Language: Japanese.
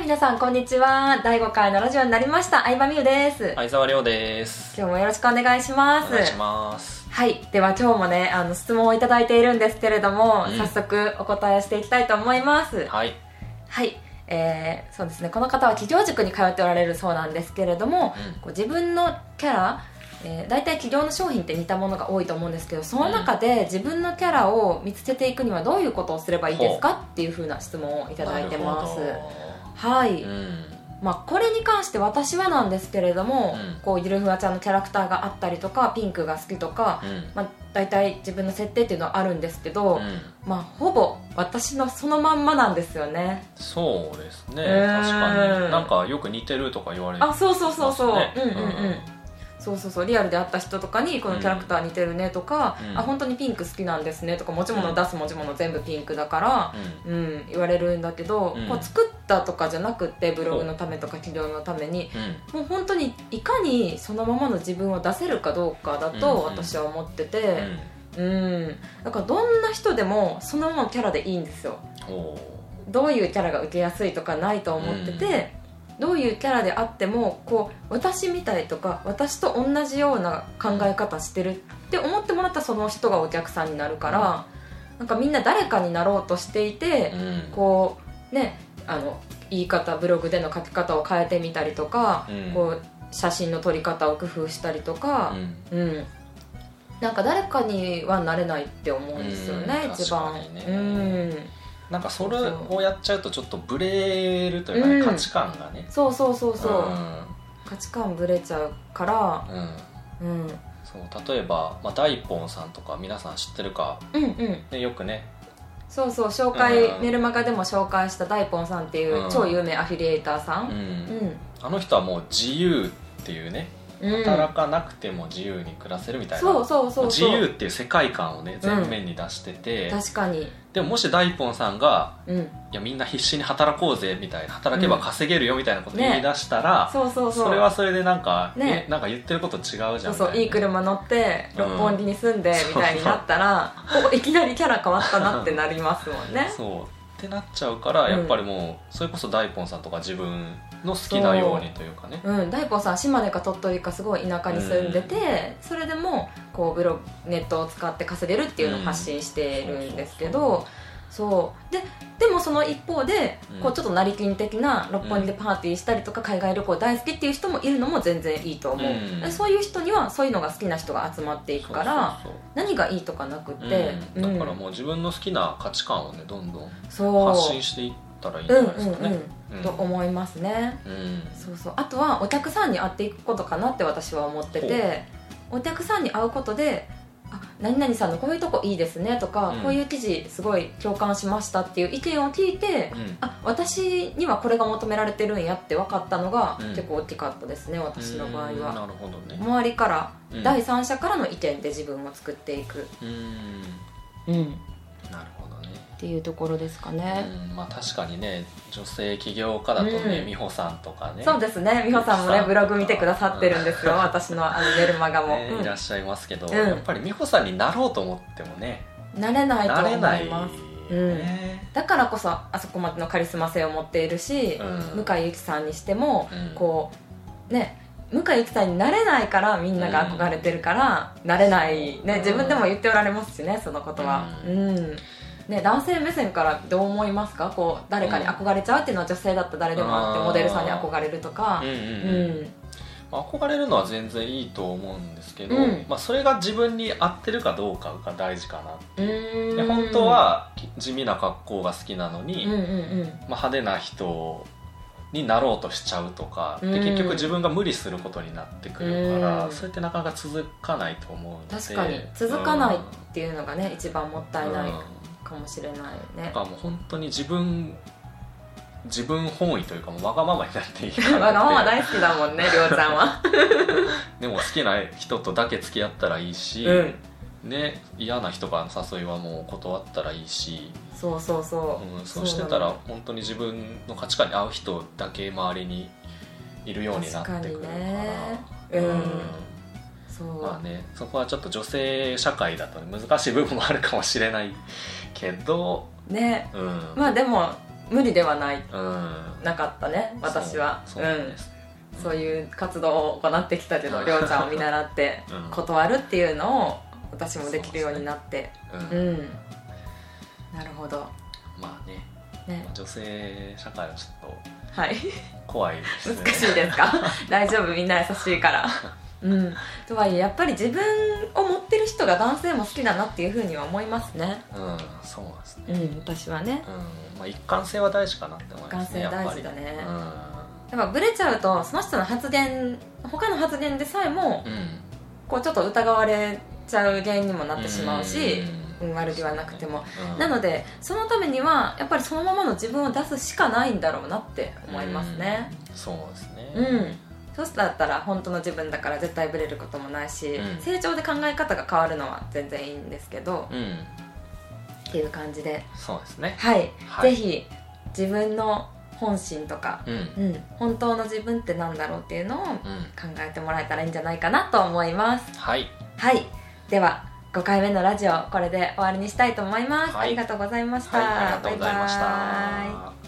皆さんこんにちは。第5回のラジオになりました。相葉美優です、相沢亮です。今日もよろしくお願いします。お願いします。はい。では今日もね、あの、質問をいただいているんですけれども、うん早速お答えしていきたいと思います。はい。はい。えー、そうですね。この方は企業塾に通っておられるそうなんですけれども、うこんう自分のキャラ、えー、大体企業の商品って似たものが多いと思うんですけど、その中で自分のキャラを見つけていくにはどういうことをすればいいですかっていうふうな質問をいただいてます。なるはい、ほどうん。まあ、これに関して私はなんですけれども、うんこうゆるふわちゃんのキャラクターがあったりとかピンクが好きとか、うん。まあ、大体自分の設定っていうのはあるんですけど、うんまあ、ほぼ私のそのまんまなんですよねそうですね。うん確かに。なんかよく似てるとか言われる。あそうそうそうそう、そうですうんねうんうん、うんそうそうそうリアルで会った人とかにこのキャラクター似てるねとか、うんあ本当にピンク好きなんですねとか持ち物出す持ち物全部ピンクだから、うん。うん、言われるんだけど、うんこう作ったとかじゃなくてブログのためとか企業のためにうん。もう本当にいかにそのままの自分を出せるかどうかだうんうんと私は思っててうん,、だからどんな人でもそのままのキャラでいいんですようん。おーどういうキャラが受けやすいとかないと思ってて、どういうキャラであってもこう私みたいとか私と同じような考え方してるって思ってもらったらその人がお客さんになるから、なんかみんな誰かになろうとしていて、うん。こうねあの言い方ブログでの書き方を変えてみたりとか、うんこう写真の撮り方を工夫したりとかうんうん、なんか誰かにはなれないって思うんですよね、うん一番、確かにねうんなんかそれをやっちゃうとちょっとブレるというかねうん価値観がね。そうそうそうそう、ん価値観ぶれちゃうから、うん。うん、そう例えばまあ大本さんとか皆さん知ってるかうんうんねよくねそうそう紹介、うんメルマガでも紹介したダイポンさんっていううん超有名アフィリエイターさん、うんあの人はもう自由っていうねうん働かなくても自由に暮らせるみたいな、そうそうそう自そう由っていう世界観をね全面に出してて、確かに、でももし大ンさんがうん、いやみんな必死に働こうぜみたいな働けば稼げるよみたいなことをね言い出したら、そうそうそうそれはそれでなんか、ねえなんか言ってること違うじゃんみたそいうなそういい車乗ってうん六本木に住んでみたいになったら、おいきなりキャラ変わったなってなりますもんねそうってなっちゃうからやっぱりもう、それこそ大ンさんとか自分の好きなようにというかねうん大悟さん島根か鳥取かすごい田舎に住んでて、それでもこうブログネットを使って稼げるっていうのを発信してるんですけど、そうででもその一方で、うんこうちょっと成金的な六本木でパーティーしたりとか海外旅行大好きっていう人もいるのも全然いいと思う、うんでそういう人にはそういうのが好きな人が集まっていくからそうそう何がいいとかなくそうて、うんだからうんもう自分の好きな価値観をねどんどんそう発信していったらいいんじうゃんないでうすんかね。ううんんと思いますねうんそうそうあとはお客さんに会っていくことかなって私は思っててお客さんに会うことで「あ何々さんのこういうとこいいですね」とか、うんこういう記事すごい共感しました」っていう意見を聞いて、うんあ私にはこれが求められてるんやって分かったのがうん結構大きかったですね、私の場合うんはなるほどね、周りから、うん第三者からの意見で自分を作っていく、うんうん、なるほどね、っていうところですかね、うんまあ、確かにね女性起業家だとね、うん美穂さんとかねそうですね美穂さんもねさんブログ見てくださってるんです よ、私のあのメルマガも、ねうんいらっしゃいますけど、んやっぱり美穂さんになろうと思ってもね、なれないとな思れいないまよすね、だからこそあそこまでのカリスマ性を持っているし、うん向井由紀さんにしても、うんこうね向井由紀さんになれないからみんなが憧れてるから、なれない、ねうん自分でも言っておられますしねそのことは、ううんね、男性目線からどう思いますかこう誰かに憧れちゃうっていうのは女性だったら誰でもあって、うんモデルさんに憧れるとかうん、ううんうんんまあ憧れるのは全然いいと思うんですけど、うんまあ、それが自分に合ってるかどうかが大事かなうーんで本当は地味な格好が好きなのに、うんうんうんまあ、派手な人になろうとしちゃうとか、うんで結局自分が無理することになってくるから、うんそれってなかなか続かないと思うので確かに続かないっていうのがね一番もったいないかもしれないね、だからもう本当に自分自分本位というかもうわがままになっていいかなっ てわがまま大好きだもんね、りょうちゃん は。でも好きな人とだけ付き合ったらいいし、うんね、嫌な人からの誘いはもう断ったらいいし、そうそうそう。うん、そうしてたら本当に自分の価値観に合う人だけ周りにいるようになってくるか確らかにねうんそうまあね、そこはちょっと女性社会だと難しい部分もあるかもしれないけど、ね。うんまあでも、無理ではないうんなかったね私はそうそうなんですねうん、そういう活動を行ってきたけどうんりょうちゃんを見習って うん断るっていうのを私もできるようになってうんう,、んなるほどまあねね女性社会はちょっはいと怖いですね難しいですか 大丈夫みんな優しいからうんとはいえやっぱり自分を持ってる人が男性も好きだなっていうふうには思いますねうんそうなんですねうん私はねうんまあ一貫性は大事かなって思いま男すね性やっ大ぱ事りだねうやっぱブレちゃうとその人の発言他の発言でさえもんうんこうちょっと疑われちゃう原因にもなってしまうし、ううんん、悪気はなくても、うんなのでそのためにはやっぱりそのままの自分を出すしかないんだろうなって思いますねうんそうですねうん、そうしたら本当の自分だから絶対ブレることもないし、うん成長で考え方が変わるのは全然いいんですけど、うん、っていう感じでそうですねはい、はいぜひ自分の本心とか、うんうんうん、本当の自分ってなんだろうっていうのを考えてもらえたらいいんじゃないかなと思いますはいはいでは5回目のラジオこれで終わりにしたいと思います、はいありがとうございました、はいありがとうございましたバイバイ